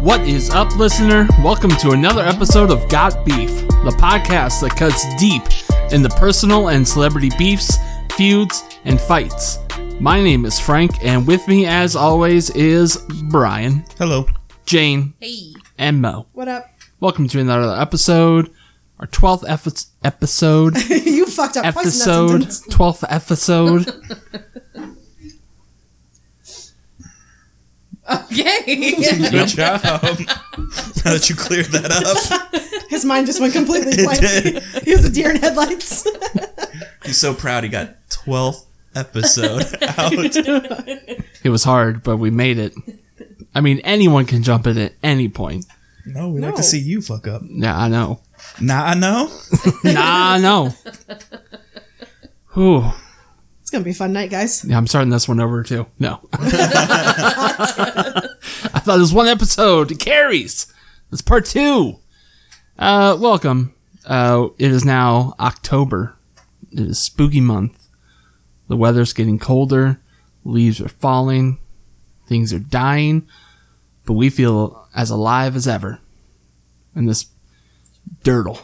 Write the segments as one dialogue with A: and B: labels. A: What is up, listener? Welcome to another episode of Got Beef, the podcast that cuts deep in the personal and celebrity beefs, feuds, and fights. My name is Frank, and with me, as always, is Brian,
B: Hello.
A: Jane,
C: Hey,
A: and Mo.
D: What up?
A: Welcome to another episode, our 12th epi- episode,
D: you fucked up twice in that
A: episode,
D: sentence.
A: 12th episode.
C: okay.
B: Good job. now that you cleared that up,
D: His mind just went completely blank.
B: did.
D: he was a deer in headlights.
B: he's so proud he got 12th episode out.
A: It was hard, but we made it. I mean, anyone can jump in at any point.
B: No, we like
D: No.
B: to see you fuck up.
A: Yeah, I know.
B: Nah, I know.
A: Nah, no. Whew.
D: it's gonna be a fun night, guys.
A: Yeah, I'm starting this one over too. No. I thought it was one episode. It carries. It's part two. Uh, welcome. Uh, it is now October. It is spooky month. The weather's getting colder. Leaves are falling. Things are dying. But we feel as alive as ever. In this dirtle.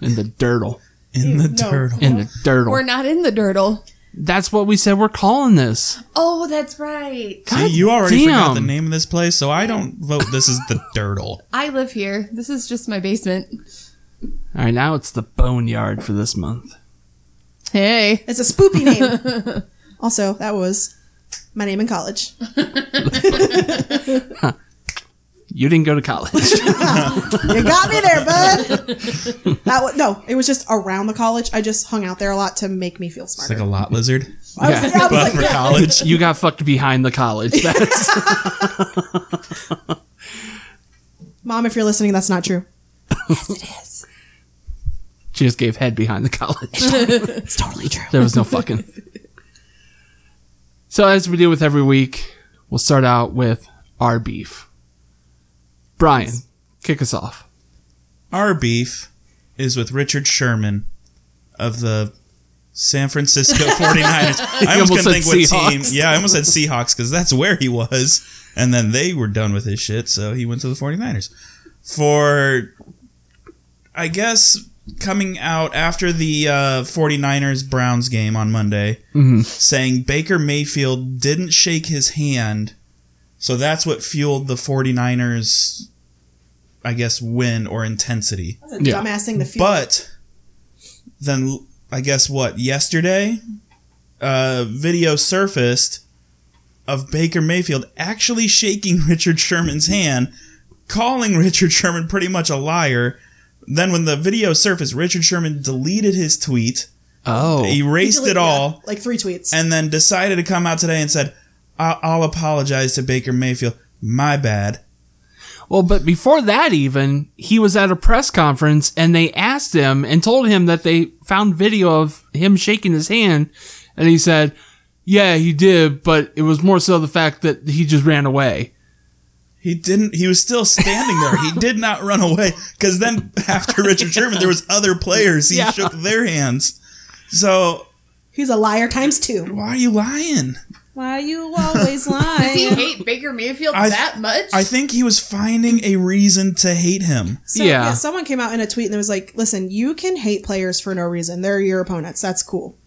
A: In the dirtle.
B: In the
D: No.
B: turtle.
A: In the dirtle.
C: We're not in the dirtle.
A: That's what we said we're calling this.
C: Oh, that's right.
B: See, you already forgot the
A: damn.
B: name of this place, so I don't vote this is the dirtle.
C: I live here. This is just my basement.
A: All right, now it's the boneyard for this month.
C: Hey.
D: It's a spoopy name. also, that was my name in college.
A: You didn't go to college.
D: You got me there, bud. that was, no, it was just around the college. I just hung out there a lot to make me feel
B: It's like
D: smarter.
B: a lot lizard,
D: I was,
A: Yeah.
D: like, I was
B: but
D: like,
B: for
D: yeah.
B: college.
A: you got fucked behind the college. That's
D: Mom, if you're listening, that's not true.
A: she just gave head behind the college.
D: It's totally true.
A: There was no fucking. So as we do with every week, we'll start out with our beef. Brian, kick us off.
B: Our beef is with Richard Sherman of the San Francisco 49ers. I
A: almost
B: almost couldn't think
A: said
B: what team.
A: Seahawks.
B: Yeah, I almost said Seahawks because that's where he was. And then they were done with his shit, so he went to the 49ers. For, I guess, coming out after the uh, 49ers Browns game on Monday,
A: Mm-hmm.
B: saying Baker Mayfield didn't shake his hand. So that's what fueled the 49ers, I guess, win or intensity.
D: That's a
A: Yeah.
D: dumbass thing to feel.
B: But then I guess what yesterday, uh, video surfaced of Baker Mayfield actually shaking Richard Sherman's hand, calling Richard Sherman pretty much a liar. Then when the video surfaced, Richard Sherman deleted his tweet,
A: Oh,
D: He
B: erased
D: deleted-
B: it all,
D: yeah, like three tweets.
B: and then decided to come out today and said, I- "I'll apologize to Baker Mayfield. My bad."
A: well, but before that, even he was at a press conference and they asked him and told him that they found video of him shaking his hand, and he said, "Yeah, he did, but it was more so the fact that he just ran away."
B: He didn't. He was still standing there. He did not run away. Because then after Richard Sherman, there was other players. He
A: Yeah.
B: shook their hands. So
D: He's a liar times two.
B: why are you lying?
D: Why you
C: Does
D: always
C: he
D: lying?
C: hate Baker Mayfield
B: I-
C: that much?
B: I think he was finding a reason to hate him.
D: So,
A: Yeah.
D: yeah. someone came out in a tweet and was like, "Listen, you can hate players for no reason. They're your opponents. That's cool,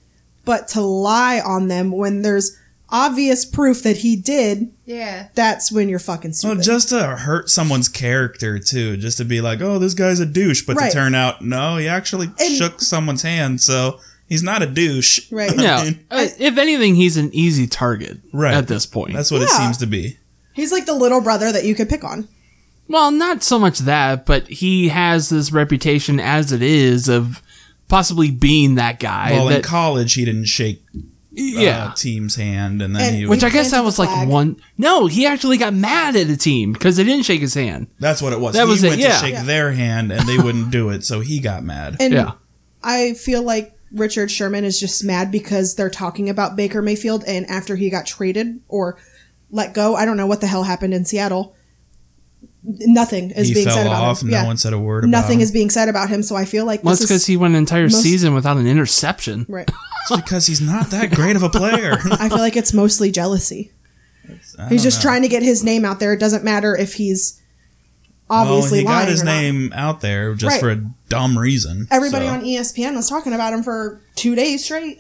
D: but to lie on them when there's obvious proof that he did,
C: yeah.
D: that's when you're fucking
B: Well,
D: stupid."
B: just to hurt someone's character too, just to be like, "Oh, this guy's a douche," but
D: Right.
B: to turn out, no, he actually
D: And-
B: shook someone's hand, so he's not a douche.
D: Right.
A: No.
B: I mean,
A: Uh, if anything, he's an easy target
B: Right.
A: at this point.
B: That's what it
D: Yeah.
B: seems to be.
D: He's like the little brother that you could pick on.
A: well, not so much that, but he has this reputation as it is of possibly being that guy.
B: Well, in
A: that,
B: college, he didn't shake uh,
A: yeah.
B: team's hand, and then
D: And-
B: he.
A: Which I
D: He
A: guess that
D: planted
A: was
D: the
A: like
D: flag.
A: one. No, he actually got mad at the team because they didn't shake his hand.
B: That's what it was.
A: That
B: he
A: was it,
B: went
A: yeah.
B: to shake
D: Yeah.
B: their hand and they wouldn't do it, so he got mad.
D: And
A: Yeah.
D: I feel like Richard Sherman is just mad because they're talking about Baker Mayfield and after he got traded or let go, I don't know what the hell happened in Seattle. Nothing is
B: he
D: being
B: fell
D: said about
B: off.
D: him.
B: No
D: Yeah.
B: one said a word.
D: Nothing
B: about
D: is being said about him, so I feel like
A: Well,
D: this
A: it's
D: is
A: because he went an entire
D: most-
A: season without an interception.
D: right.
B: It's because he's not that great of a player.
D: I feel like it's mostly jealousy.
B: I don't
D: He's just
B: know.
D: trying to get his name out there. It doesn't matter if he's obviously
B: well, he
D: lying.
B: got his
D: or not.
B: name out there just
D: Right.
B: for a dumb reason.
D: Everybody
B: so-
D: on E ESPN was talking about him for two days straight.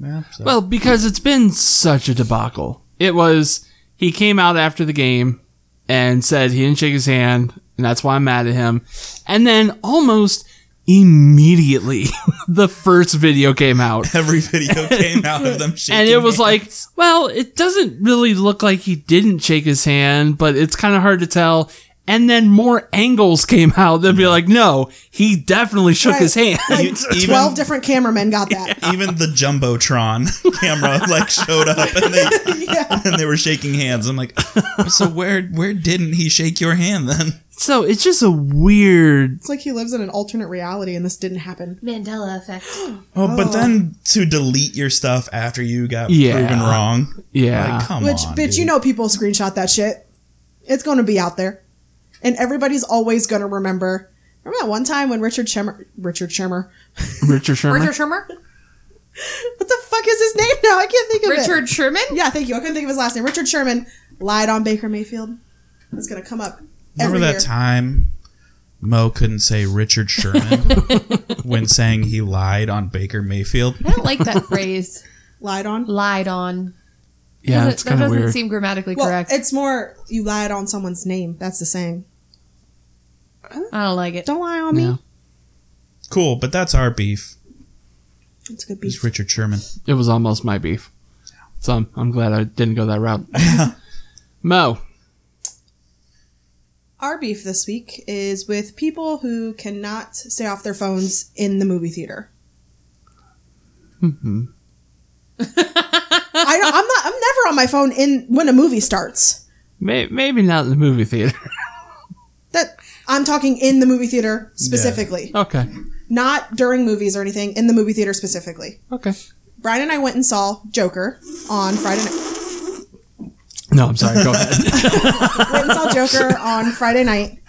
B: Yeah, so.
A: Well, because it's been such a debacle. It was he came out after the game and said he didn't shake his hand, and that's why I'm mad at him. And then almost immediately, the first video came out,
B: every video came out of them shaking.
A: and it was
B: hands.
A: like, well, it doesn't really look like he didn't shake his hand, but it's kind of hard to tell. And then more angles came out that'd be like, no, he definitely shook
D: Right.
A: his hand.
B: E- even,
D: Twelve different cameramen got that.
B: even the jumbotron camera like showed up and they and they were shaking hands. I'm like, so where where didn't he shake your hand then?
A: so it's just a weird
D: It's like he lives in an alternate reality, and this didn't happen.
C: Mandela effect.
B: Oh, but then to delete your stuff after you got
A: Yeah.
B: proven wrong.
A: Yeah.
B: like, come
D: Which,
B: on,
D: bitch,
B: dude.
D: you know people screenshot that shit. It's going to be out there, and everybody's always going to remember. Remember that one time when Richard Shermer, Richard Shermer,
A: Richard Sherman.
C: Richard Shermer?
D: what the fuck is his name now? I can't think of it.
C: Richard Sherman?
D: Yeah, thank you. I couldn't think of his last name. Richard Sherman lied on Baker Mayfield. It's gonna come up.
B: Remember
D: every
B: that
D: year.
B: time Mo couldn't say Richard Sherman when saying he lied on Baker Mayfield?
C: I don't like that phrase.
D: Lied on.
C: Lied on.
A: Yeah,
C: Doesn't-
A: it's kind
C: that
A: of
C: doesn't
A: weird.
C: seem grammatically
D: Well,
C: correct.
D: it's more you lied on someone's name. That's the saying.
C: I don't like it.
D: Don't lie on me.
A: Yeah.
B: Cool, but that's our beef.
D: It's a good
B: Is
D: beef.
B: Richard Sherman?
A: it was almost my beef. So I'm, I'm glad I didn't go that route. Mo,
D: Our beef this week is with people who cannot stay off their phones in the movie theater.
A: Mm-hmm.
D: I don't, I'm not. I'm never on my phone in when a movie starts.
A: may, maybe not in the movie theater.
D: That I'm talking in the movie theater specifically,
A: okay.
D: not during movies or anything. In the movie theater specifically.
A: Okay.
D: Brian and I went and saw Joker on Friday night.
A: No, I'm sorry. Go ahead.
D: Went and saw Joker on Friday night,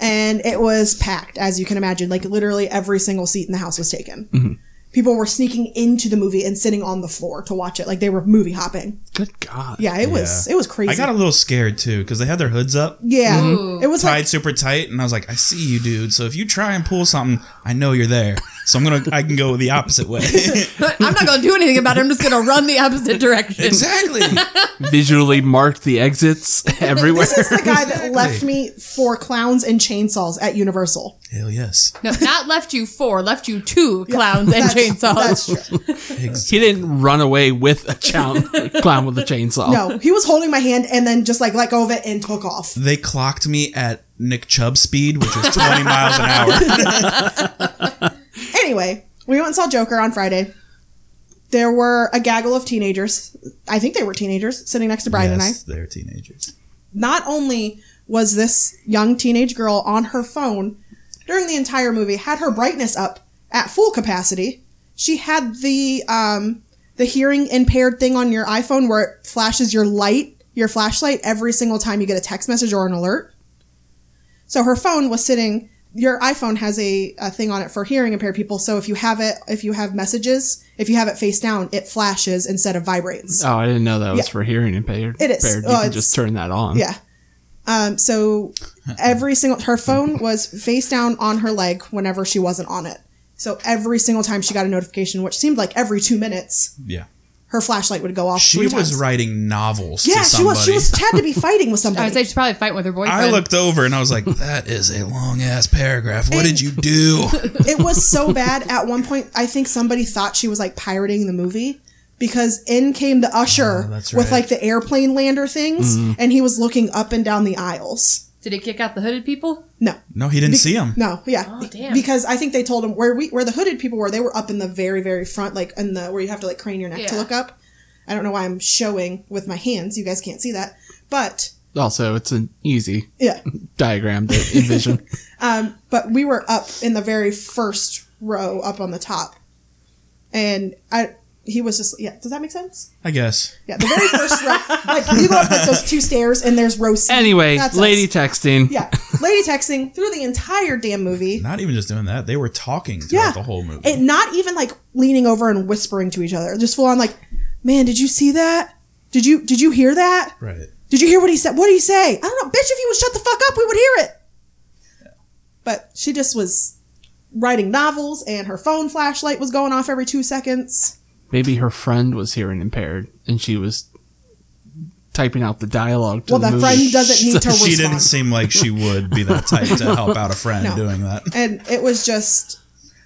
D: and it was packed, as you can imagine. Like literally every single seat in the house was taken. People were sneaking into the movie and sitting on the floor to watch it. Like they were movie hopping.
A: Good God.
D: Yeah, it was
B: Yeah.
D: it was crazy.
B: I got a little scared too because they had their hoods up,
D: yeah,
C: Ooh.
D: it was
B: tied
D: like
B: super tight, and I was like, "I see you, dude. So if you try and pull something, I know you're there. So I'm gonna, I can go the opposite way."
C: I'm not going to do anything about it. I'm just going to run the opposite direction.
B: exactly.
A: Visually marked the exits everywhere.
D: this is the guy that left me for clowns and chainsaws at Universal.
B: Hell yes.
C: No, not left you four, left you two clowns and
D: That's-
C: chainsaws.
D: That's true.
B: Ex-
A: he didn't run away with a chown, clown with a chainsaw.
D: No, he was holding my hand and then just like let go of it and took off.
B: They clocked me at Nick Chubb speed, which was 20 miles an hour.
D: Anyway, we went and saw Joker on Friday. There were a gaggle of teenagers. I think they were teenagers sitting next to Brian and I.
B: yes, they're teenagers.
D: Not only was this young teenage girl on her phone during the entire movie, had her brightness up at full capacity. She had the um, the hearing impaired thing on your iPhone where it flashes your light, your flashlight, every single time you get a text message or an alert. So her phone was sitting. Your iPhone has a, a thing on it for hearing impaired people. So if you have it, if you have messages, if you have it face down, it flashes instead of vibrates.
A: Oh, I didn't know that was
D: Yeah.
A: for hearing impaired.
D: It is.
A: Impaired. You
D: Oh,
A: can
D: it's-
A: just turn that on.
D: Yeah. Um, so every single her phone was face down on her leg whenever she wasn't on it. So every single time she got a notification, which seemed like every two minutes,
B: Yeah.
D: her flashlight would go off.
B: She
D: three
B: was
D: times.
B: writing novels
D: Yeah,
B: to
D: she
B: somebody.
D: was. She was had to be fighting with
C: I would
D: somebody.
C: say she's probably fighting with her boyfriend.
B: I looked over and I was like, that is a long ass paragraph. What did you do?
D: it was so bad. At one point, I think somebody thought she was like pirating the movie because in came the usher
B: Oh, that's
D: with
B: right. Mm-hmm.
D: like the airplane lander things, and he was looking up and down the aisles.
C: Did it kick out the hooded people?
D: No,
B: No, he didn't see him.
D: No, yeah.
C: Oh, damn.
D: Because I think they told him where we where the hooded people were, they were up in the very, very front, like in the where you have to like crane your neck to
C: Yeah.
D: look up. I don't know why I'm showing with my hands. You guys can't see that. But
A: Also, it's an easy
D: yeah.
A: diagram to envision.
D: But we were up in the very first row up on the top. And I he was just yeah, does that make sense?
B: I guess.
D: Yeah, the very first row. Like you go up like those two stairs and there's row C.
A: anyway,
D: That's us.
A: lady texting.
D: Yeah. Lady texting through the entire damn movie.
B: Not even just doing that. They were talking throughout
D: yeah.
B: the whole movie.
D: And not even like leaning over and whispering to each other. Just full on like, man, did you see that? Did you did you hear that?
B: right.
D: Did you hear what he said? What did he say? I don't know, bitch. If you would shut the fuck up, we would hear it. But she just was writing novels, and her phone flashlight was going off every two seconds.
A: Maybe her friend was hearing impaired and she was typing out the dialogue to
D: Well,
A: the
D: that
A: movie.
D: friend doesn't need to
B: She didn't
D: respond.
B: seem like she would be that type to help out a friend
D: No.
B: doing that.
D: and it was just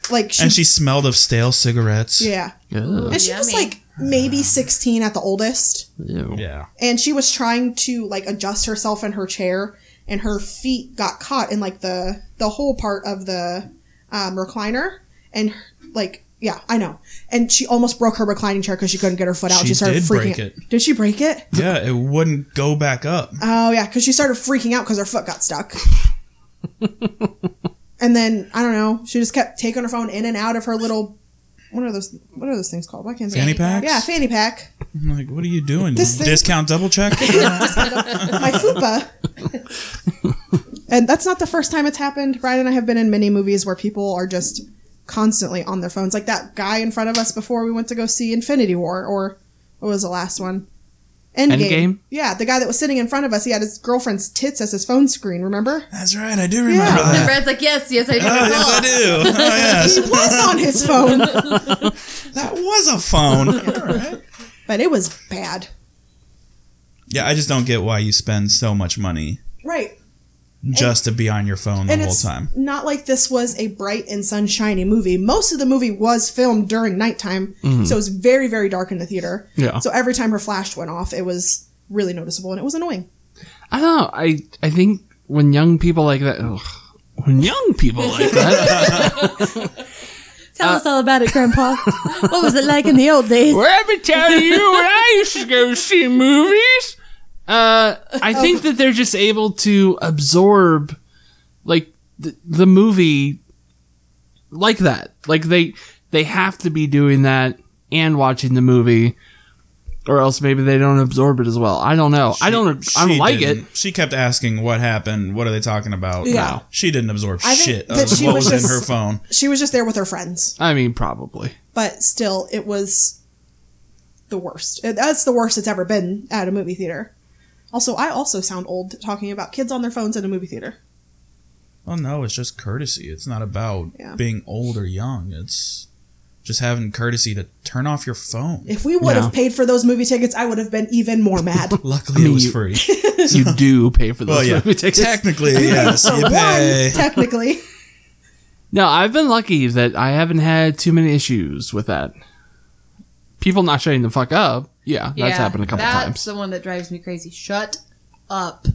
D: like she,
B: And she smelled of stale cigarettes.
D: yeah,
A: Ugh,
D: and she was
C: Yummy.
D: like maybe sixteen at the oldest.
A: ew.
B: Yeah.
D: and she was trying to like adjust herself in her chair and her feet got caught in like the the whole part of the um, recliner and like yeah i know and she almost broke her reclining chair because she couldn't get her foot out
B: She
D: she, started
B: did
D: freaking
B: break
D: out.
B: it.
D: did she break it
B: Yeah, it wouldn't go back up.
D: oh yeah because she started freaking out because her foot got stuck and then i don't know she just kept taking her phone in and out of her little what are those what are those things called why can't I-
B: Fanny packs?
D: yeah fanny pack
B: I'm like, what are you doing?
D: This thing-
B: Discount double check?
D: my fupa. and that's not the first time it's happened. Brian and I have been in many movies where people are just constantly on their phones, like that guy in front of us before we went to go see Infinity War, or what was the last one? Endgame.
A: Endgame?
D: Yeah, the guy that was sitting in front of us, he had his girlfriend's tits as his phone screen. Remember?
B: That's right, I do remember
D: Yeah.
C: And
B: that.
C: Brad's like, yes, yes, I do.
B: Oh, yes, I do. Oh, yes.
D: He was on his phone,
B: That was a phone.
D: but it was bad.
B: Yeah, I just don't get why you spend so much money
D: Right.
B: just to be on your phone the
D: And
B: whole
D: it's
B: time.
D: not like this was a bright and sunshiny movie. Most of the movie was filmed during nighttime, so it was very, very dark in the theater.
A: Yeah.
D: So every time her flash went off, it was really noticeable and it was annoying.
A: I don't know. I I think when young people like that, ugh, when young people like that,
C: Tell
A: Uh,
C: us all about it, Grandpa. what was it like in the old days?
A: well, let me tell you, when I used to go see movies, uh, I think that they're just able to absorb like the, the movie like that. Like they they have to be doing that and watching the movie. Or else maybe they don't absorb it as well. I don't know. I don't. I don't
B: She
A: like it.
B: didn't. She kept asking what happened. What are they talking about?
D: Yeah.
B: She didn't absorb
D: I think
B: shit of
D: that
B: what
D: she
B: was
D: was
B: in
D: just-
B: her phone.
D: She was just there with her friends,
A: I mean, probably.
D: but still, it was the worst. It- That's the worst it's ever been at a movie theater. Also, I also sound old talking about kids on their phones in a movie theater.
B: Well, Oh, no, it's just courtesy. It's not about
D: Yeah.
B: being old or young. It's just having courtesy to turn off your phone.
D: If we would
A: Yeah.
D: have paid for those movie tickets, I would have been even more mad.
B: Luckily,
A: mean,
B: it was
A: you-
B: free.
A: You do pay for those
B: well, yeah.
A: movie tickets.
B: Technically, yes. You pay.
D: One, technically.
A: No, I've been lucky that I haven't had too many issues with that. People not shutting the fuck up. Yeah, that's happened a couple
C: that's
A: times.
C: the one that drives me crazy. Shut up.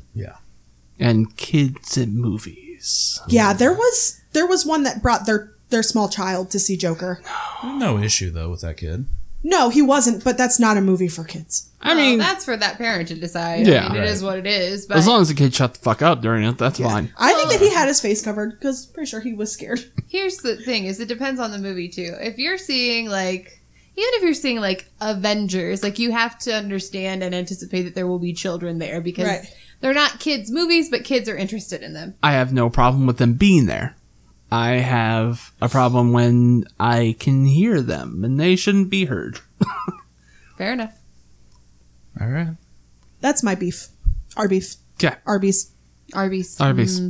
A: and kids in movies.
D: Yeah, there was there was one that brought their their small child to see Joker.
B: No issue though with that kid.
D: No, he wasn't, but that's not a movie for kids.
A: I mean,
C: Oh, that's for that parent to decide.
A: Yeah.
C: Yeah, I mean, it is what it is. But
A: as long as the kid shut the fuck up during it, that's fine.
D: I think that he had his face covered because pretty sure he was scared.
C: here's the thing: is it depends on the movie too. If you're seeing like, even if you're seeing like Avengers, like you have to understand and anticipate that there will be children there because
D: Right.
C: they're not kids movies, but kids are interested in them.
A: I have no problem with them being there. I have a problem when I can hear them and they shouldn't be heard.
C: Fair enough.
B: All right.
D: That's my beef. Our beef.
A: Okay,
D: Arby's.
C: Arby's. Mm.
A: Arby's.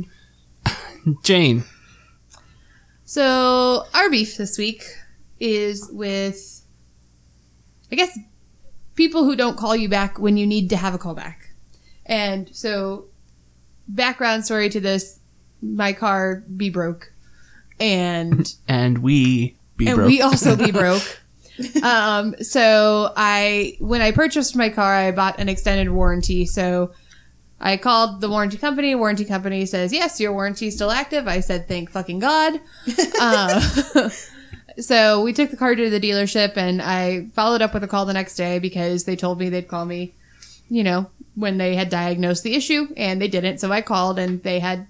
A: Jane.
C: So our beef this week is with, I guess, people who don't call you back when you need to have a callback. And so, background story to this: my car be broke, and
A: And we be
C: and
A: broke.
C: we also be broke. um, so I, when I purchased my car, I bought an extended warranty. So I called the warranty company. Warranty company says, "Yes, your warranty is still active." I said, "Thank fucking god." Uh, so we took the car to the dealership, and I followed up with a call the next day because they told me they'd call me, you know, when they had diagnosed the issue, and they didn't. So I called, and they had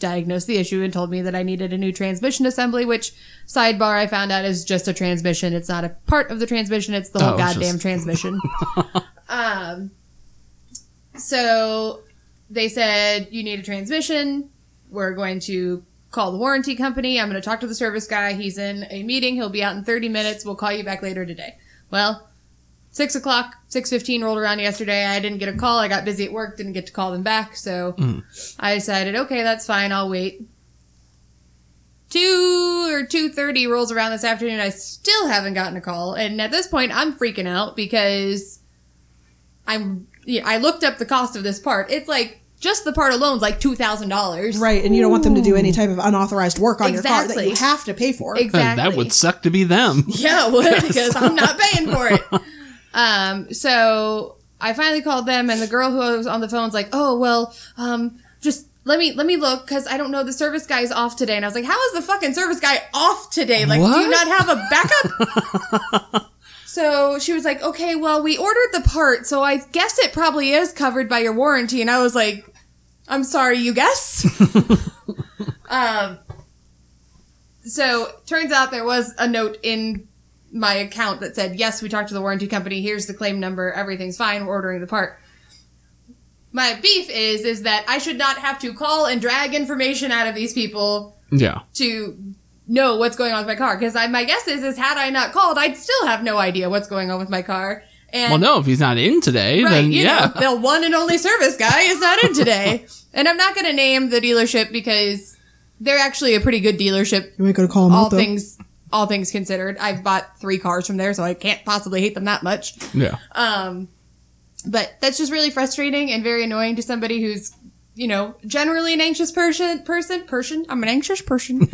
C: diagnosed the issue and told me that I needed a new transmission assembly, which sidebar I found out is just a transmission. It's not a part of the transmission, it's the
A: Oh,
C: whole
A: it's
C: goddamn
A: just-
C: transmission. um so they said you need a transmission. We're going to call the warranty company. I'm going to talk to the service guy. He's in a meeting. He'll be out in 30 minutes. We'll call you back later today. Well, six o'clock, six fifteen rolled around yesterday. I didn't get a call. I got busy at work. Didn't get to call them back. So I decided, okay, that's fine. I'll wait. two or two thirty rolls around this afternoon. I still haven't gotten a call, and at this point, I'm freaking out because I'm. yeah, I looked up the cost of this part. It's like just the part alone's like two thousand dollars.
D: Right, and you don't want them to do any type of unauthorized work on your car that
C: Exactly.
D: you have to pay for.
C: Exactly.
A: That would suck to be them.
C: Yeah, it would because I'm not paying for it. Um, so I finally called them, and the girl who was on the phone's like, "Oh well, um, just let me let me look because I don't know the service guy's off today." And I was like, "How is the fucking service guy off today? Like, do
A: What?
C: you not have a backup?" So she was like, okay, well, we ordered the part, so I guess it probably is covered by your warranty. And I was like, I'm sorry, you guess? um, so turns out there was a note in my account that said, yes, we talked to the warranty company. Here's the claim number. Everything's fine. We're ordering the part. My beef is, is that I should not have to call and drag information out of these people
A: Yeah.
C: to know what's going on with my car. Cause I, my guess is, is had I not called, I'd still have no idea what's going on with my car. And
A: Well, no, if he's not in today,
C: Right,
A: then
C: you
A: yeah.
C: know, the one and only service guy is not in today. and I'm not going to name the dealership because they're actually a pretty good dealership,
D: You might go to call them
C: all
D: out though.
C: things all things considered. I've bought three cars from there, so I can't possibly hate them that much.
A: Yeah.
C: Um, but that's just really frustrating and very annoying to somebody who's, you know, generally an anxious person. Person, person. I'm an anxious person.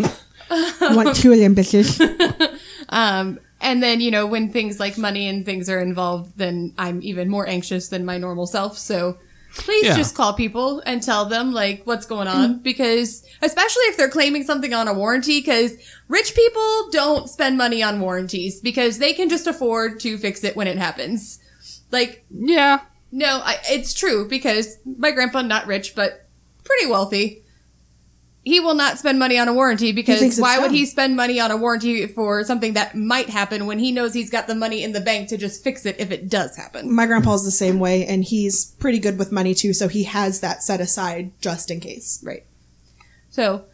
D: want two of them bitches.
C: Um, and then, you know, when things like money and things are involved, then I'm even more anxious than my normal self. So please
A: Yeah.
C: just call people and tell them like what's going on because especially if they're claiming something on a warranty because rich people don't spend money on warranties because they can just afford to fix it when it happens. Like
A: Yeah.
C: no, I, it's true because my grandpa, not rich, but pretty wealthy, he will not spend money on a warranty
D: thinks
C: because
D: it's
C: why would
D: dumb.
C: he spend money on a warranty for something that might happen when he knows he's got the money in the bank to just fix it if it does happen?
D: My grandpa's the same way, and he's pretty good with money too, so he has that set aside just in case.
C: Right. So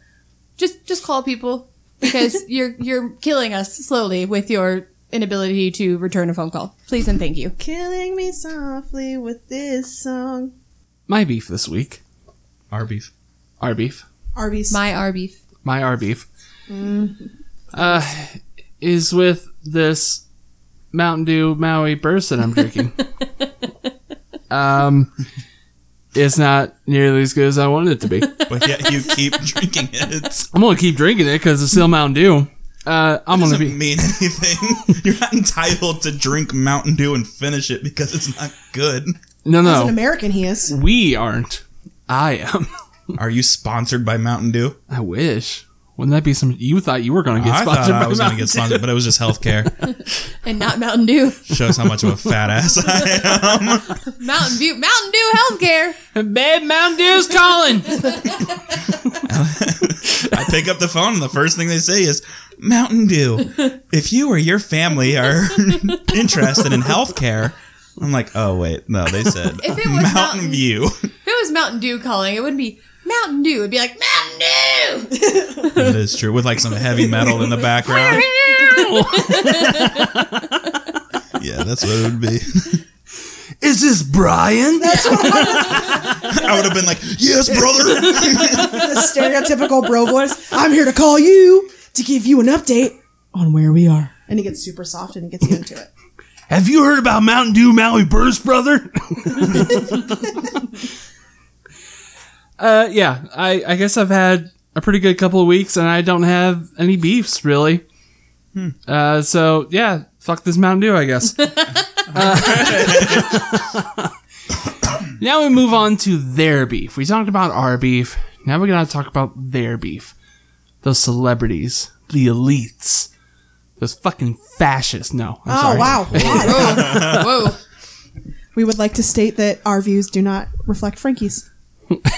C: just just call people because you're you're killing us slowly with your inability to return a phone call. Please and thank you.
D: Killing me softly with this song.
A: My beef this week.
B: Our beef.
A: Our beef.
D: Arby's.
C: My R beef.
A: my R beef, uh, is with this Mountain Dew Maui burst that I'm drinking. um, it's not nearly as good as I wanted it to be.
B: But yet you keep drinking it. It
A: I'm gonna keep drinking it because it's still Mountain Dew. Uh, I'm gonna
B: doesn't
A: be
B: mean anything. You're not entitled to drink Mountain Dew and finish it because it's not good.
A: no,
D: As an
A: no.
D: American, he is.
A: We aren't. I am.
B: Are you sponsored by Mountain Dew?
A: I wish. Wouldn't that be some? You thought you were gonna get
B: I thought
A: sponsored by
B: I was going to
A: Mountain
B: get sponsored, but it was just healthcare.
C: And not Mountain Dew.
B: Shows how much of a fat ass I am.
C: Mountain View Mountain Dew healthcare.
A: Dew. Babe, Mountain Dew's calling.
B: I pick up the phone and the first thing they say is Mountain Dew. If you or your family are interested in healthcare, I'm like, oh wait, no, they said
C: If it was
B: Mountain,
C: Mountain-
B: View.
C: If it was Mountain Dew calling, it wouldn't be Mountain Dew. It'd be like Mountain Dew.
B: that is true, with like some heavy metal in the background. yeah, that's what it would be.
A: Is this Brian?
B: I would have been like, yes, brother.
D: The stereotypical bro voice. I'm here to call you to give you an update on where we are. And he gets super soft and he gets you into it.
A: Have you heard about Mountain Dew Maui Burst, brother? uh, yeah, I, I guess I've had a pretty good couple of weeks, and I don't have any beefs really.
D: Hmm.
A: Uh, so yeah, fuck this Mountain Dew, I guess. Uh, now we move on to their beef. We talked about our beef. Now we're gonna talk about their beef. Those celebrities, the elites, those fucking fascists. No, I'm
D: oh,
A: sorry.
D: wow. Wow.
C: Whoa. Whoa.
D: We would like to state that our views do not reflect Frankie's.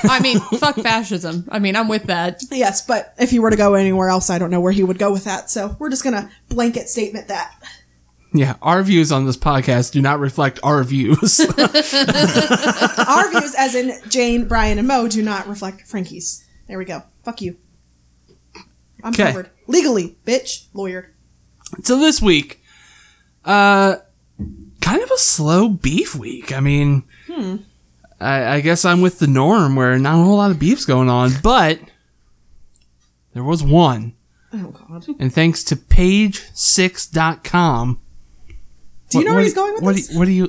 C: I mean, fuck fascism. I mean, I'm with that.
D: Yes, but if he were to go anywhere else, I don't know where he would go with that. So we're just going to blanket statement that.
A: Yeah, our views on this podcast do not reflect our views.
D: Our views, as in Jane, Brian, and Mo, do not reflect Frankie's. There we go. Fuck you. I'm
A: 'Kay.
D: covered. Legally, bitch. Lawyer.
A: so this week, uh, kind of a slow beef week. I mean,
D: Hmm.
A: I, I guess I'm with the norm where not a whole lot of beef's going on, but there was one
D: Oh God. Do
A: And thanks to page6.com.
D: you know where he's
A: what-
D: going with
A: what
D: this?
A: Do you, what do you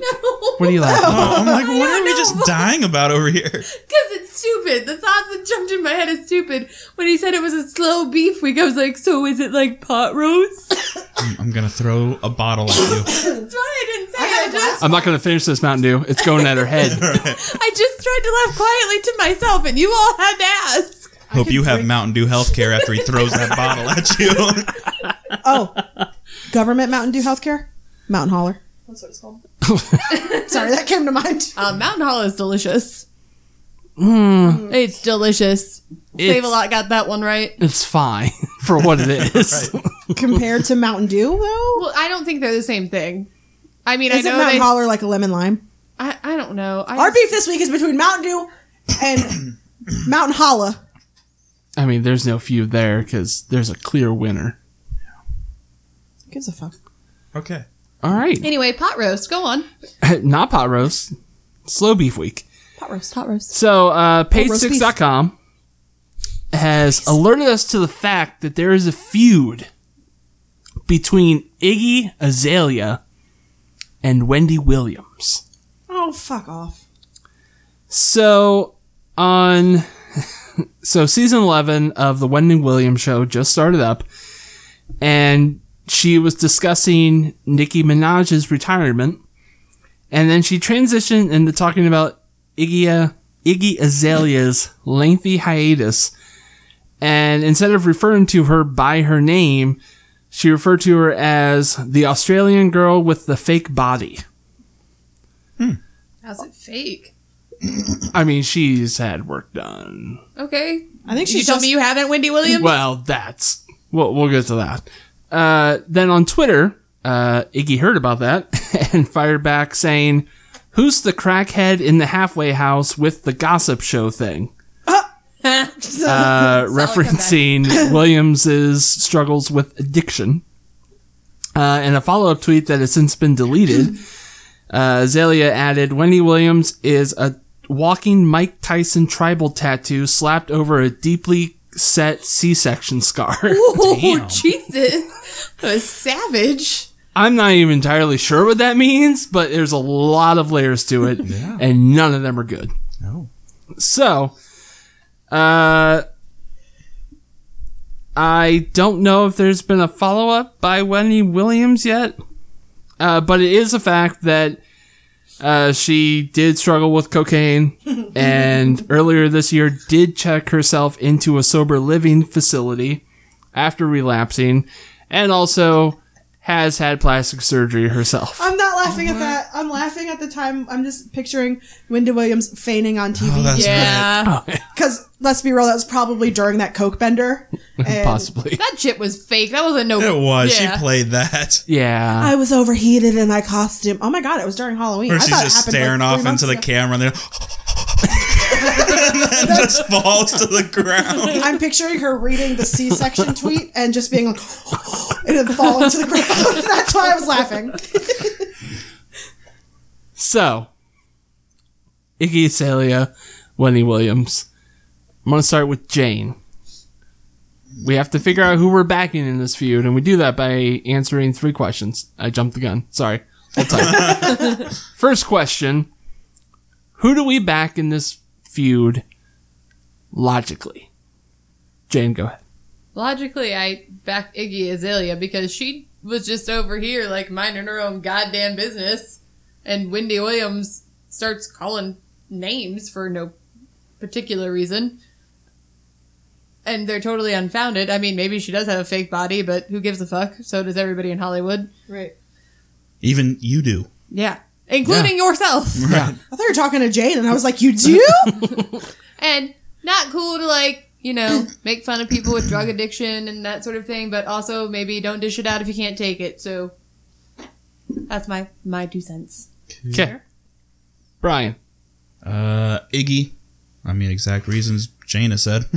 A: what do you like?
B: Oh, I'm like, what
C: don't
B: are we
C: know.
B: just dying about over here?
C: Because it's stupid. The thoughts that jumped in my head is stupid. When he said it was a slow beef week, I was like, so is it like pot roast?
B: I'm, I'm gonna throw a bottle at you.
C: That's why I didn't say
D: I had
C: I,
D: a
C: just,
A: I'm not going to finish this Mountain Dew. It's going at her head.
C: I just tried to laugh quietly to myself, and you all had to ask.
B: Hope
D: could
B: you have
D: drink-
B: Mountain Dew healthcare after he throws that bottle at you.
D: Oh, government Mountain Dew healthcare, Mountain Holler. That's what it's called. Sorry, that came to mind.
C: Uh, Mountain Hollow is delicious.
A: Hmm,
C: It's delicious. Save a
A: It's-
C: lot got that one right.
A: it's fine for what it is.
D: Compared to Mountain Dew, though,
C: Well, I don't think they're the same thing. I mean,
D: isn't
C: I know
D: Mountain
C: they.
D: Holler like a lemon lime?
C: I, I don't know. I
D: Our
C: just-
D: beef this week is between Mountain Dew and Mountain Holler.
A: I mean, there's no few there because there's a clear winner.
D: Who Gives a fuck.
B: okay.
A: All right,
C: Anyway, pot roast. Go on.
A: not pot roast, slow beef week.
D: Pot roast.
C: Pot roast.
A: So, uh,
D: roast beef.
A: page6.com has alerted us to the fact that there is a feud between Iggy Azalea and Wendy Williams.
D: Oh, fuck off.
A: So on so season 11 of the Wendy Williams show just started up and she was discussing Nicki Minaj's retirement and then she transitioned into talking about Iggy uh, Iggy Azalea's lengthy hiatus and instead of referring to her by her name she referred to her as the Australian girl with the fake body.
C: How's it fake?
A: I mean, she's had work done.
C: Okay.
D: I think
C: You
D: she
C: tell
D: just
C: me you haven't, Wendy Williams?
A: Well, that's we'll, we'll get to that. Uh, then on Twitter, uh, Iggy heard about that and fired back saying, "Who's the crackhead in the halfway house with the gossip show thing?" Uh, referencing Williams's struggles with addiction. Uh, in a follow-up tweet that has since been deleted, uh, Azalea added, "Wendy Williams is a walking Mike Tyson tribal tattoo slapped over a deeply set C-section scar."
C: Oh, Jesus. That was savage.
A: I'm not even entirely sure what that means, but there's a lot of layers to it, and none of them are good.
B: No.
A: So, uh, I don't know if there's been a follow up by Wendy Williams yet, uh, but it is a fact that uh, she did struggle with cocaine and earlier this year did check herself into a sober living facility after relapsing and also has had plastic surgery herself.
D: I'm not laughing at that. I'm laughing at the time. I'm just picturing Wendy Williams feigning on
B: Oh,
D: TV.
B: that's right.
C: Yeah.
D: Because let's be real, that was probably during that Coke bender. And
A: Possibly.
C: That shit was fake. That wasn't no.
B: It was.
C: Yeah.
B: She played that.
A: Yeah.
D: I was overheated in my costume. Oh my god, it was during Halloween.
B: Where
D: I
B: she's
D: thought it
B: just
D: happened, like,
B: staring
D: three
B: off
D: months
B: into the
D: ago.
B: camera and then, and then just falls to the ground.
D: I'm picturing her reading the C-section tweet and just being like, and then falling to the ground. That's why I was laughing.
A: So, Iggy Azalea, Wendy Williams. I'm going to start with Jane. We have to figure out who we're backing in this feud, and we do that by answering three questions. I jumped the gun. Sorry. Hold tight. First question Who do we back in this feud logically? Jane, go ahead.
C: Logically, I back Iggy Azalea because she was just over here, like, minding her own goddamn business. And Wendy Williams starts calling names for no particular reason. And they're totally unfounded. I mean, maybe she does have a fake body, but who gives a fuck? So does everybody in Hollywood.
D: Right.
B: Even you do.
C: Yeah. Including yourself.
D: I thought you were talking to Jane, and I was like, "You do?"
C: and not cool to like you know make fun of people with drug addiction and that sort of thing but also maybe don't dish it out if you can't take it so that's my my two cents
A: Okay. Brian.
B: Uh, Iggy. I mean, exact reasons Jana said.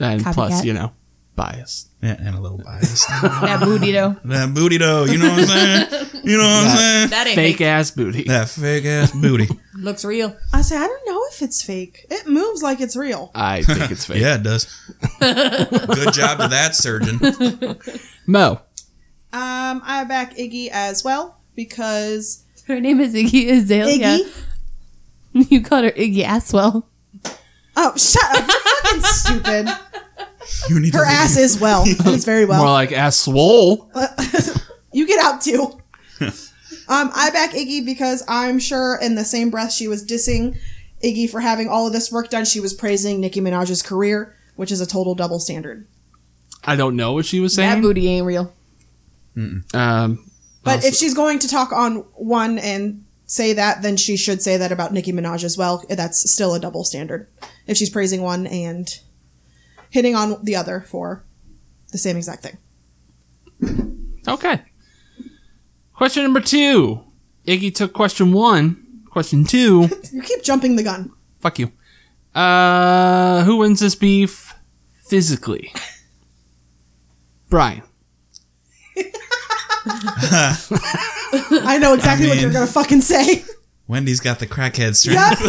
A: And plus,
C: Copycat.
A: you know, bias.
B: Yeah, and a little biased.
C: that booty though
B: that booty, though. You know what I'm saying? You know what I'm saying?
C: that ain't
A: Fake ass booty.
B: That fake ass booty.
C: Looks real.
D: I say, I don't know if it's fake. It moves like it's real.
A: I think it's fake.
B: Yeah, it does. Good job to that surgeon.
A: Mo.
D: Um, I back Iggy as well because
C: Her name is Iggy Azalea.
D: Iggy.
C: You called her Iggy Aswell.
D: Oh, shut up! You're fucking stupid.
B: You need
D: Her
B: to leave.
D: ass is well. It's very well. Uh,
A: More like ass swole.
D: you get out too. um, I back Iggy because I'm sure in the same breath she was dissing Iggy for having all of this work done, she was praising Nicki Minaj's career, which is a total double standard.
A: I don't know what she was
C: That
A: saying.
C: booty ain't real.
A: Um,
D: But
A: Also-
D: if she's going to talk on one and say that, then she should say that about Nicki Minaj as well. That's still a double standard. If she's praising one and hitting on the other for the same exact thing.
A: okay. Question number two. Iggy took question one. Question two.
D: You keep jumping the gun.
A: Fuck you. Uh, who wins this beef physically? Brian.
D: I know exactly what
B: mean-
D: you're gonna fucking say.
B: Wendy's got the crackhead strength.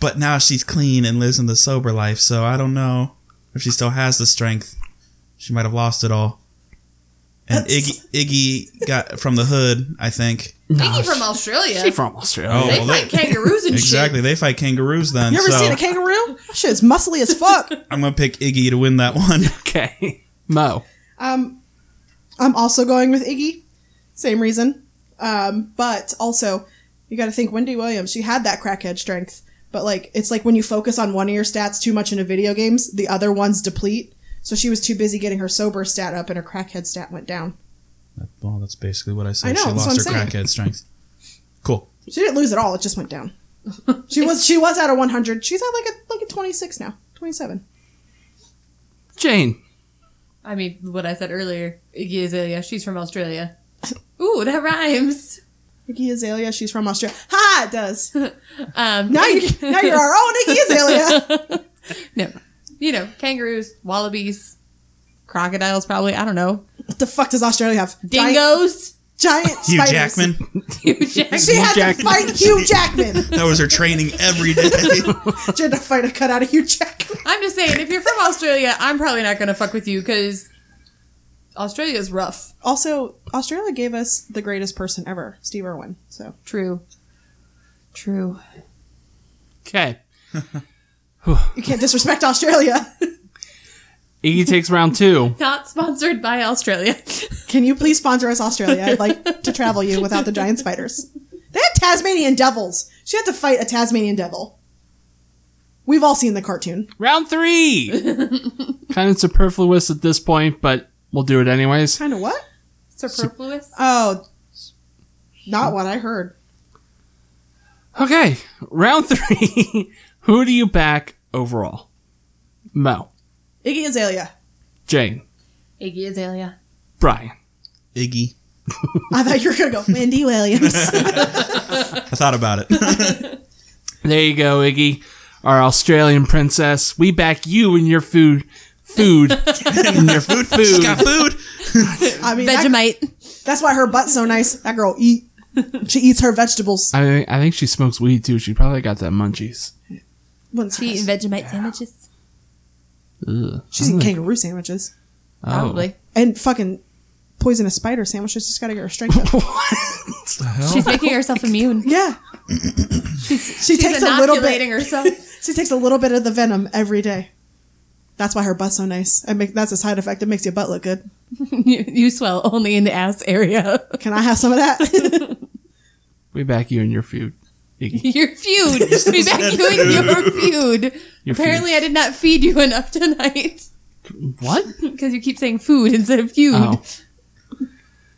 B: but now she's clean and lives in the sober life, so I don't know if she still has the strength. She might have lost it all. And Iggy, Iggy got from the hood, I think.
C: Iggy from Australia.
A: She from Australia.
B: Oh,
C: they
B: well,
C: fight
B: they-
C: kangaroos and
B: Exactly. They fight kangaroos then.
D: You ever
B: so
D: seen a kangaroo? Shit's muscly as fuck.
B: I'm going to pick Iggy to win that one.
A: Okay. Mo.
D: Um, I'm also going with Iggy. Same reason. Um, but also, you got to think Wendy Williams. She had that crackhead strength. But like, it's like when you focus on one of your stats too much in a video games, the other ones deplete. So she was too busy getting her sober stat up, and her crackhead stat went down.
B: Well, that's basically what I said.
D: I know,
B: she
D: that's what
B: lost her
D: I'm saying.
B: crackhead strength. Cool.
D: She didn't lose it all; it just went down. She was she was at a 100. She's at like a like a 26 now, 27.
A: Jane.
C: Shit. I mean, what I said earlier. Iggy Azalea. She's from Australia. Ooh, that rhymes.
D: Iggy Azalea, she's from Australia. Ha! It does.
C: Um,
D: Now you now you're our own Iggy
C: Oh,
D: Azalea.
C: no, you know, kangaroos, wallabies, crocodiles, probably. I don't know.
D: What the fuck does Australia have? Giant-
C: Dingoes.
D: giant
B: Hugh
D: spiders.
B: Jackman.
C: Hugh Jackman.
D: She had
A: Jackman.
D: to fight Hugh Jackman.
B: That was her training every day.
D: she had to fight a cut out of Hugh Jackman.
C: I'm just saying, if you're from Australia, I'm probably not going to fuck with you because Australia is rough.
D: Also, Australia gave us the greatest person ever, Steve Irwin. So
C: True. True.
A: Okay.
D: you can't disrespect Australia.
A: Iggy takes round two.
C: Not sponsored by Australia.
D: Can you please sponsor us, Australia? I'd like to travel you without the giant spiders. They had Tasmanian devils. She had to fight a Tasmanian devil. We've all seen the cartoon.
A: Round three. kind of superfluous at this point, but we'll do it anyways.
D: Kind of what?
C: Superfluous.
D: Oh, not what I heard.
A: Okay. Round three. Who do you back overall? Mo.
D: Iggy Azalea.
A: Jane.
C: Iggy Azalea.
A: Brian.
B: Iggy.
D: I thought you were gonna go Wendy Williams.
B: I thought about it.
A: There you go, Iggy. Our Australian princess. We back you and your food. Food. and your food.
B: She's
A: Food.
B: got food.
D: I mean, that-
C: Vegemite.
D: That's why her butt's so nice. That girl eat. She eats her vegetables.
A: I think, I think she smokes weed too. She probably got that munchies.
D: Wouldn't
C: She eating
D: surprise-
C: Vegemite sandwiches.
A: Ugh.
D: She's eating kangaroo sandwiches
A: Oh.
C: Probably.
D: and fucking poisonous spider sandwiches. Just gotta get her strength up.
C: She's making herself immune.
D: yeah. she
C: She's
D: takes a little
C: inoculating
D: bit.
C: herself.
D: She takes a little bit of the venom every day. That's why her butt's so nice. It make, that's a side effect. It makes your butt look good.
C: you, you swell only in the ass area.
D: Can I have some of that?
A: We back you and your food. Iggy.
C: Your feud. Be back you in your feud.
A: Your
C: Apparently, I did not feed you enough tonight
A: food. What?
C: because you keep saying food instead of feud.
A: Oh.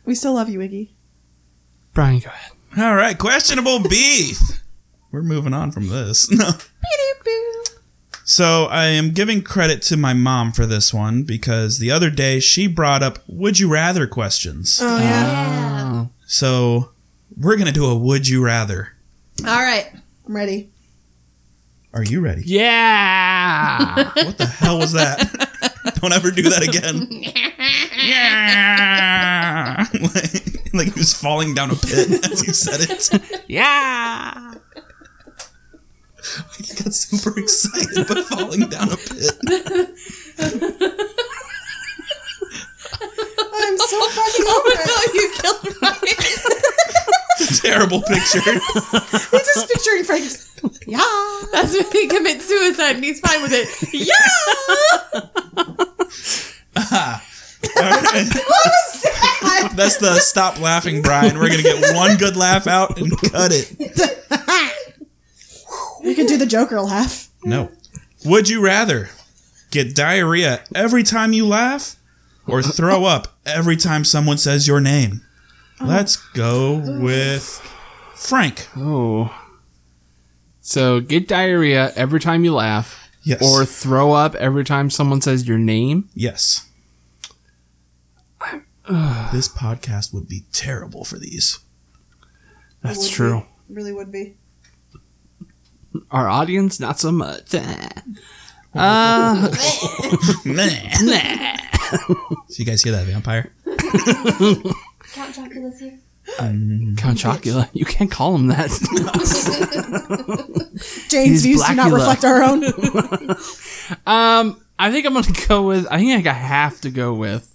D: we still love you, Iggy.
A: Brian, go ahead.
B: All right, questionable beef. We're moving on from this. No. So I am giving credit to my mom for this one because the other day she brought up would you rather questions.
D: Oh yeah,
A: Oh.
B: So we're going to do a would you rather.
C: All right.
D: I'm ready.
B: Are you ready?
A: Yeah.
B: What the hell was that? Don't ever do that again. Yeah. like he was falling down a pit as he said it.
A: Yeah.
B: He got super excited by falling down a pit.
D: I'm so fucking over it.
C: Oh you killed Ryan.
B: Terrible picture.
D: I'm just picturing Frank.
C: yeah. That's when he commits suicide and he's fine with it. Yeah.
B: That's the stop laughing, Brian. We're gonna get one good laugh out and cut it.
D: We could do the Joker laugh.
B: No. Would you rather get diarrhea every time you laugh, or throw up every time someone says your name? Let's go with Frank.
A: Oh. So get diarrhea every time you laugh,
B: Yes.
A: or throw up every time someone says your name.
B: yes. this podcast would be terrible for these.
A: That's
D: Would be.
A: true.
D: Really would be.
A: Our audience, not so much. Uh,
B: Nah. so
A: nah.
B: you guys hear that vampire?
E: Count Chocula's here.
A: Count Chocula. You can't call him that.
D: Jane's
A: He's
D: views do not
A: Blackula.
D: reflect our own.
A: um, I think I'm gonna go with. I think I have to go with.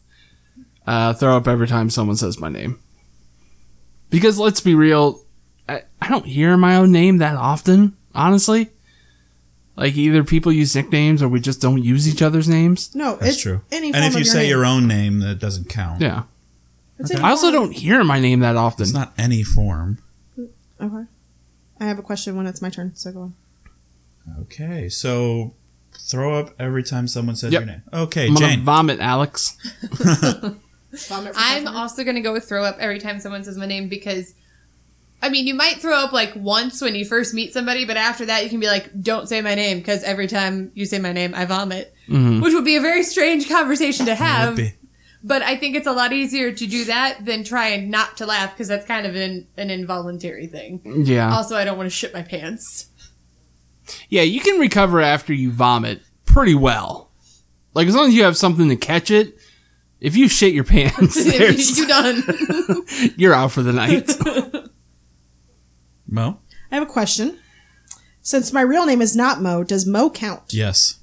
A: Uh, throw up every time someone says my name. Because let's be real, I, I don't hear my own name that often. Honestly, like either people use nicknames or we just don't use each other's names.
D: No,
B: That's
D: it's
B: true.
D: Any
B: and if you say
D: your
B: your own name, that doesn't count.
A: Yeah.
D: It's any
A: I also
D: form.
A: don't hear my name that often.
B: It's not any form.
D: Okay. I have a question when it's my turn, so go on.
B: Okay, so throw up every time someone says
A: Yep.
B: your name. Okay,
A: I'm gonna
B: Jane.
A: vomit, Alex.
C: I'm also going to go with throw up every time someone says my name because, I mean, you might throw up like once when you first meet somebody, but after that, you can be like, don't say my name because every time you say my name, I vomit,
A: Mm-hmm.
C: which would be a very strange conversation to have.
B: Happy.
C: But I think it's a lot easier to do that than try and not to laugh because that's kind of an, an involuntary
B: Mm.
C: thing.
A: Yeah.
C: Also, I don't want to shit my pants.
A: Yeah, you can recover after you vomit pretty well. Like as long as you have something to catch it. If you shit your pants, there's-
C: you done.
A: you're out for the night.
B: Mo?
D: I have a question. Since my real name is not Mo, does Mo count?
B: Yes.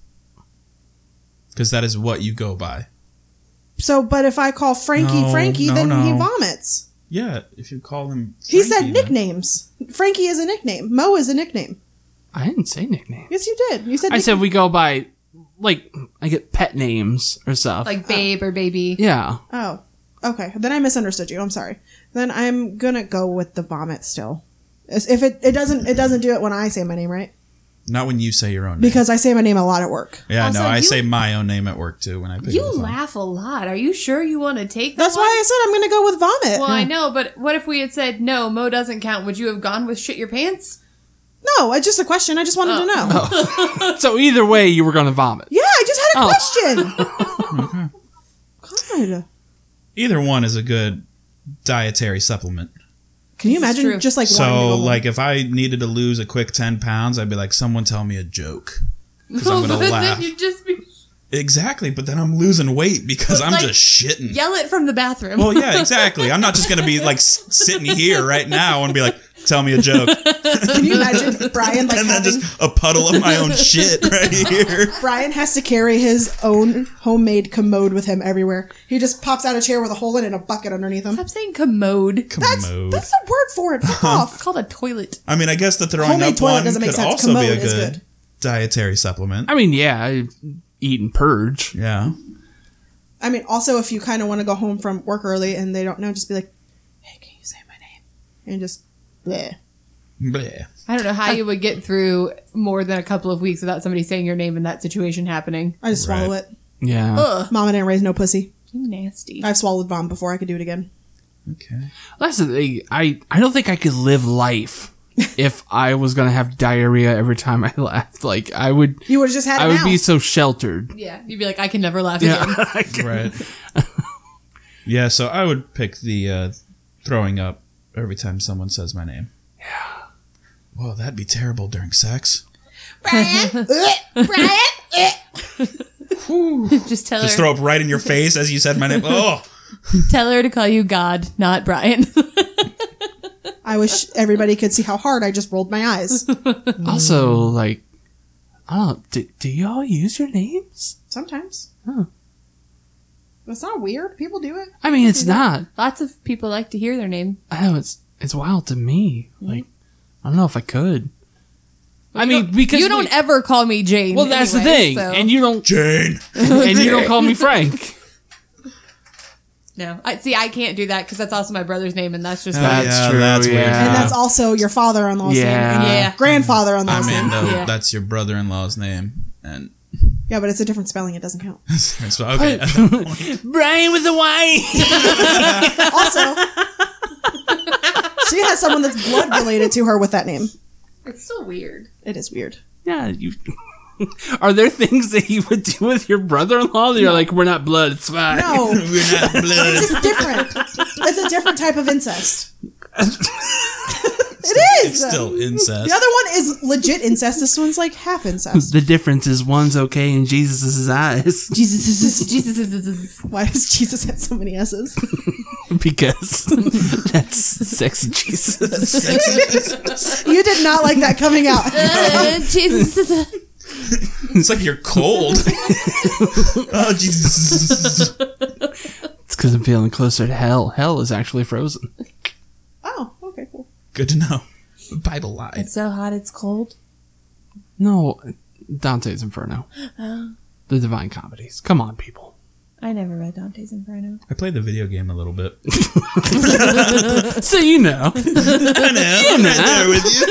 B: Because that is what you go by.
D: So, but if I call Frankie
B: No,
D: Frankie,
B: no,
D: then he
B: no.
D: vomits.
B: Yeah, if you call him.
D: He
B: Frankie,
D: said
B: then-
D: nicknames. Frankie is a nickname. Mo is a nickname.
A: I didn't say nickname.
D: Yes, you did. You said.
A: I
D: nick-
A: said we go by, like, I get pet names or stuff.
C: like babe or baby.
A: yeah,
D: oh, okay. Then I misunderstood you. I'm sorry. Then I'm gonna go with the vomit still. As- If it, it doesn't it doesn't do it when I say my name, right?
B: Not when you say your own name.
D: Because I say my name a lot at work.
B: yeah,
C: Also,
B: no, I
C: you-
B: say my own name at work too when I pick up
C: You
B: the phone.
C: laugh a lot. Are you sure you want to take that
D: That's why
C: one?
D: I said I'm gonna go with vomit.
C: Well, I know, but what if we had said no, Mo doesn't count? Would you have gone with shit your pants?
D: No, it's just a question. I just wanted
A: Oh.
D: to know.
A: so either way, you were gonna vomit.
D: Yeah, I just had a
A: Oh.
D: question. God.
B: Either one is a good dietary supplement.
D: Can you
C: This is true.
D: imagine just like winding
B: So,
D: over?
B: like, if I needed to lose a quick 10 pounds, I'd be like, someone tell me a joke. Because I'm going to laugh.
C: then you just be-
B: Exactly, but then I'm losing weight because I'm
C: Like-
B: just shitting.
C: yell it from the bathroom.
B: Well, yeah, exactly. I'm not just going to be like s- sitting here right now and be like, tell me a joke.
D: Can you imagine Brian like
B: And then
D: having,
B: just a puddle of my own shit right here.
D: Brian has to carry his own homemade commode with him everywhere. He just pops out a chair with a hole in it and a bucket underneath him.
C: Stop saying commode.
D: That's
B: Commode. Uh-huh.
D: that's the word for it. Fuck
C: It's
D: off.
C: called a toilet.
B: I mean, I guess the throwing
D: Homemade
B: up
D: toilet
B: one
D: doesn't
B: could
D: make sense.
B: also be a
D: Commode is
B: good,
D: good.
B: dietary supplement.
A: I mean, yeah, I eat and purge.
B: Yeah.
D: I mean, also if you kind of want to go home from work early and they don't know, just be like, "Hey, can you say my name?" And just bleh.
B: Bleh.
C: I don't know how you would get through more than a couple of weeks without somebody saying your name in that situation happening.
D: I just swallow it.
A: Yeah.
C: Ugh,
D: Mama didn't raise no pussy.
C: you nasty.
D: I've swallowed bomb before. I could do it again.
B: Okay.
A: That's the thing. I, I don't think I could live life if I was gonna have diarrhea every time I laughed. Like I would,
D: You would have just had it
A: I would
D: now.
A: be so sheltered.
C: yeah, you'd be like, I can never laugh again.
A: Yeah.
B: Right. yeah, so I would pick the uh, throwing up every time someone says my name. Yeah. Well, that'd be terrible during sex.
D: Brian, Ugh. Brian, Ugh.
C: Just tell
B: Just
C: her.
B: throw up right in your face as you said my name. Oh,
C: Tell her to call you God, not Brian.
D: I wish everybody could see how hard I just rolled my eyes.
A: Also, like, I don't. Do, do y'all use your names?
D: Sometimes.
A: Huh.
D: That's not weird. People do it.
A: I mean, it's not.
C: Lots of people like to hear their name.
A: I know it's it's wild to me. Like, I don't know if I could. I mean, because
C: you don't
A: we-
C: ever call me Jane.
A: well, that's the
C: anyway,
A: thing,
C: so-
A: and you don't
B: Jane.
A: and you don't call me Frank.
C: no, I see. I can't do that because that's also my brother's name, and that's just
B: Oh,
C: like,
A: That's
B: yeah,
A: true.
B: that's
A: yeah.
B: weird.
D: And that's also your father in law's name.
A: Yeah.
D: and your
C: Yeah.
D: Grandfather in
B: I
D: law's
B: mean,
D: name.
B: no,
C: Yeah.
B: that's your brother-in-law's name, and
D: Yeah, but it's a different spelling. It doesn't count.
B: okay.
A: Brian with the Y.
D: Also, she has someone that's blood related to her with that name.
E: It's so weird.
D: It is weird.
A: yeah, you. Are there things that you would do with your brother-in-law? That you're like, we're not blood. It's fine.
D: No,
B: We're not blood.
D: it's different. It's a different type of incest. It
B: It's
D: is.
B: still incest.
D: The other one is legit incest. This one's like half incest.
A: The difference is one's okay in Jesus' eyes
D: Jesus is.
C: Jesus is- is- is-
D: Why does Jesus have so many S's?
A: because that's sex Jesus.
D: You did not like that coming out.
C: uh, Jesus. is- is-
B: It's like you're cold. oh Jesus!
A: It's because I'm feeling closer to hell. Hell is actually frozen.
D: Oh, okay, cool.
B: Good to know. Bible lies.
C: It's so hot, it's cold.
A: No, Dante's Inferno. The Divine Comedies. Come on, people.
C: I never read Dante's Inferno.
B: I played the video game a little bit.
A: So you know.
B: I know. I'm right there with you.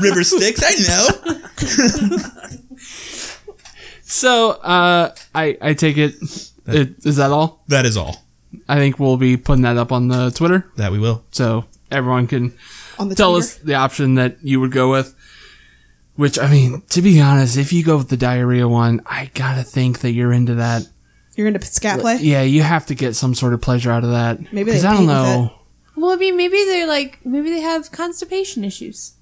B: River Styx. I know.
A: So uh, I I take it. it is that all?
B: That is all
A: I think we'll be putting that up on the Twitter,
B: that we will.
A: so everyone can
D: On the
A: tell
D: Twitter.
A: us the option that you would go with. Which I mean, to be honest, if you go with the diarrhea one, I gotta think that you're into that.
D: you're into scat play.
A: Yeah, you have to get some sort of pleasure out of that.
D: Maybe
A: because
D: they
A: I don't
D: paint with
A: know.
C: Well, I mean, maybe they're like, maybe they have constipation issues.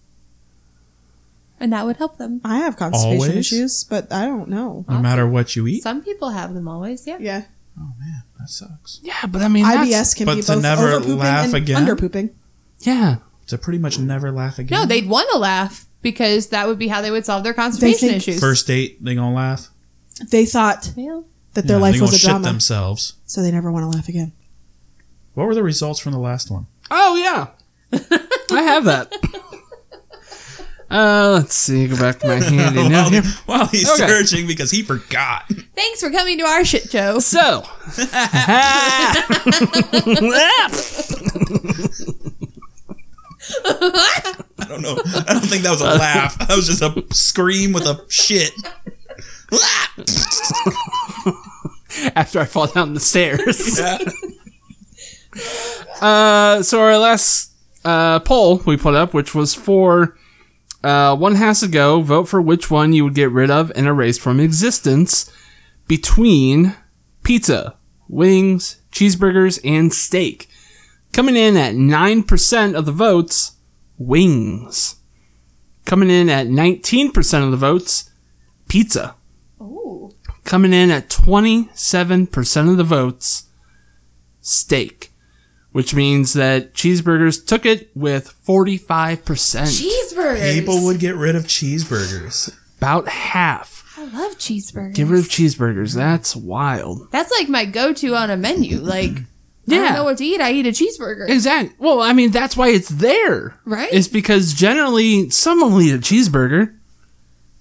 C: And that would help them.
D: I have constipation
B: Always?
D: issues, but I don't know.
B: No matter what you eat.
C: Some people have them always, yeah.
D: Yeah,
B: Oh man, that sucks.
A: Yeah, but I mean, that's-
D: IBS can
B: But
D: be
B: to
D: both
B: never
D: over pooping
B: laugh
D: and
B: again?
D: under pooping.
A: Yeah,
B: To pretty much never laugh again.
C: No, they'd want to laugh because that would be how they would solve their constipation
D: think-
C: issues.
B: first date they gonna laugh.
D: They thought
C: Well,
D: that their
B: Yeah, they
D: life
B: gonna
D: was a
B: shit
D: drama,
B: themselves.
D: so they never want to laugh again.
B: What were the results from the last one?
A: Oh yeah, I have that. Uh, let's see. Go back to my handy note
B: While,
A: here.
B: while he's
A: Okay.
B: searching because he forgot.
C: thanks for coming to our shit show.
A: So,
B: I don't know. I don't think that was a
A: Uh,
B: laugh. That was just a scream with a shit.
A: after I fall down the stairs. Uh, so our last uh, poll we put up, which was for uh, one has to go. Vote for which one you would get rid of and erase from existence between pizza, wings, cheeseburgers, and steak. Coming in at nine percent of the votes, wings. Coming in at nineteen percent of the votes, pizza.
E: Ooh.
A: Coming in at twenty-seven percent of the votes, steak which means that cheeseburgers took it with 45%,
E: Cheeseburgers.
B: People would get rid of cheeseburgers.
A: about half.
C: I love cheeseburgers.
A: Get rid of cheeseburgers. That's wild.
C: That's like my go-to on a menu. Like, I don't
A: Yeah.
C: know what to eat. I eat a cheeseburger.
A: Exactly. Well, I mean, that's why it's there.
C: Right?
A: It's because generally someone will eat a cheeseburger.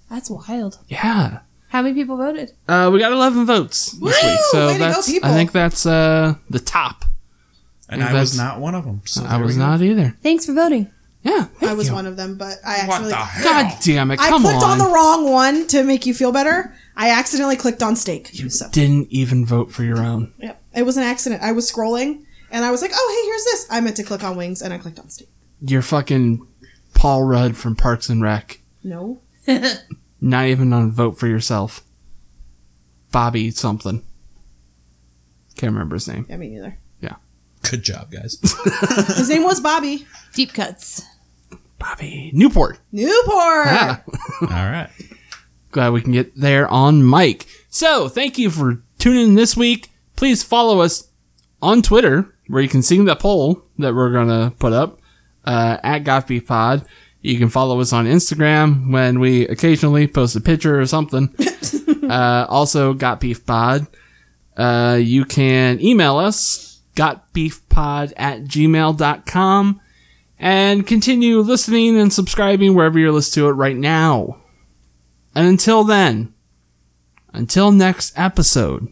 C: That's wild.
A: Yeah.
C: How many people voted?
A: Uh, we got 11 votes this
D: Woo!
A: week. So
D: Way to go,
A: that's,
D: people.
A: I think that's uh, the top.
B: And
A: Yeah,
B: I was
A: that's-
B: not one of them. So
A: I
B: there
A: was
B: we go.
A: not either.
C: Thanks for voting.
A: Yeah. Thank
D: I was
A: you.
D: one of them, but I
B: What
D: actually
B: the hell?
A: God damn it.
D: I
A: Come
D: clicked on.
A: on.
D: the wrong one to make you feel better. I accidentally clicked on steak.
A: you
D: so
A: didn't even vote for your own.
D: yep. it was an accident. I was scrolling and I was like, "Oh, hey, here's this." I meant to click on wings and I clicked on steak.
A: You're fucking Paul Rudd from Parks and Rec.
D: No,
A: Not even on vote for yourself. Bobby something. Can't remember his name.
D: I mean neither.
B: Good job, guys.
D: His name was Bobby
C: Deep cuts.
A: Bobby Newport.
D: Newport.
A: Ah,
B: All right.
A: glad we can get there on mic. So thank you for tuning in this week. Please follow us on Twitter, where you can see the poll that we're going to put up uh, at Gotbeef Pod. You can follow us on Instagram when we occasionally post a picture or something. uh, also, Gotbeef Pod. Uh, you can email us, gotbeefpod at gmail.com, and continue listening and subscribing wherever you're listening to it right now. And until then, until next episode,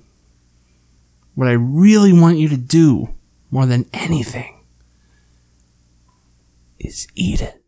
A: what I really want you to do more than anything is eat it.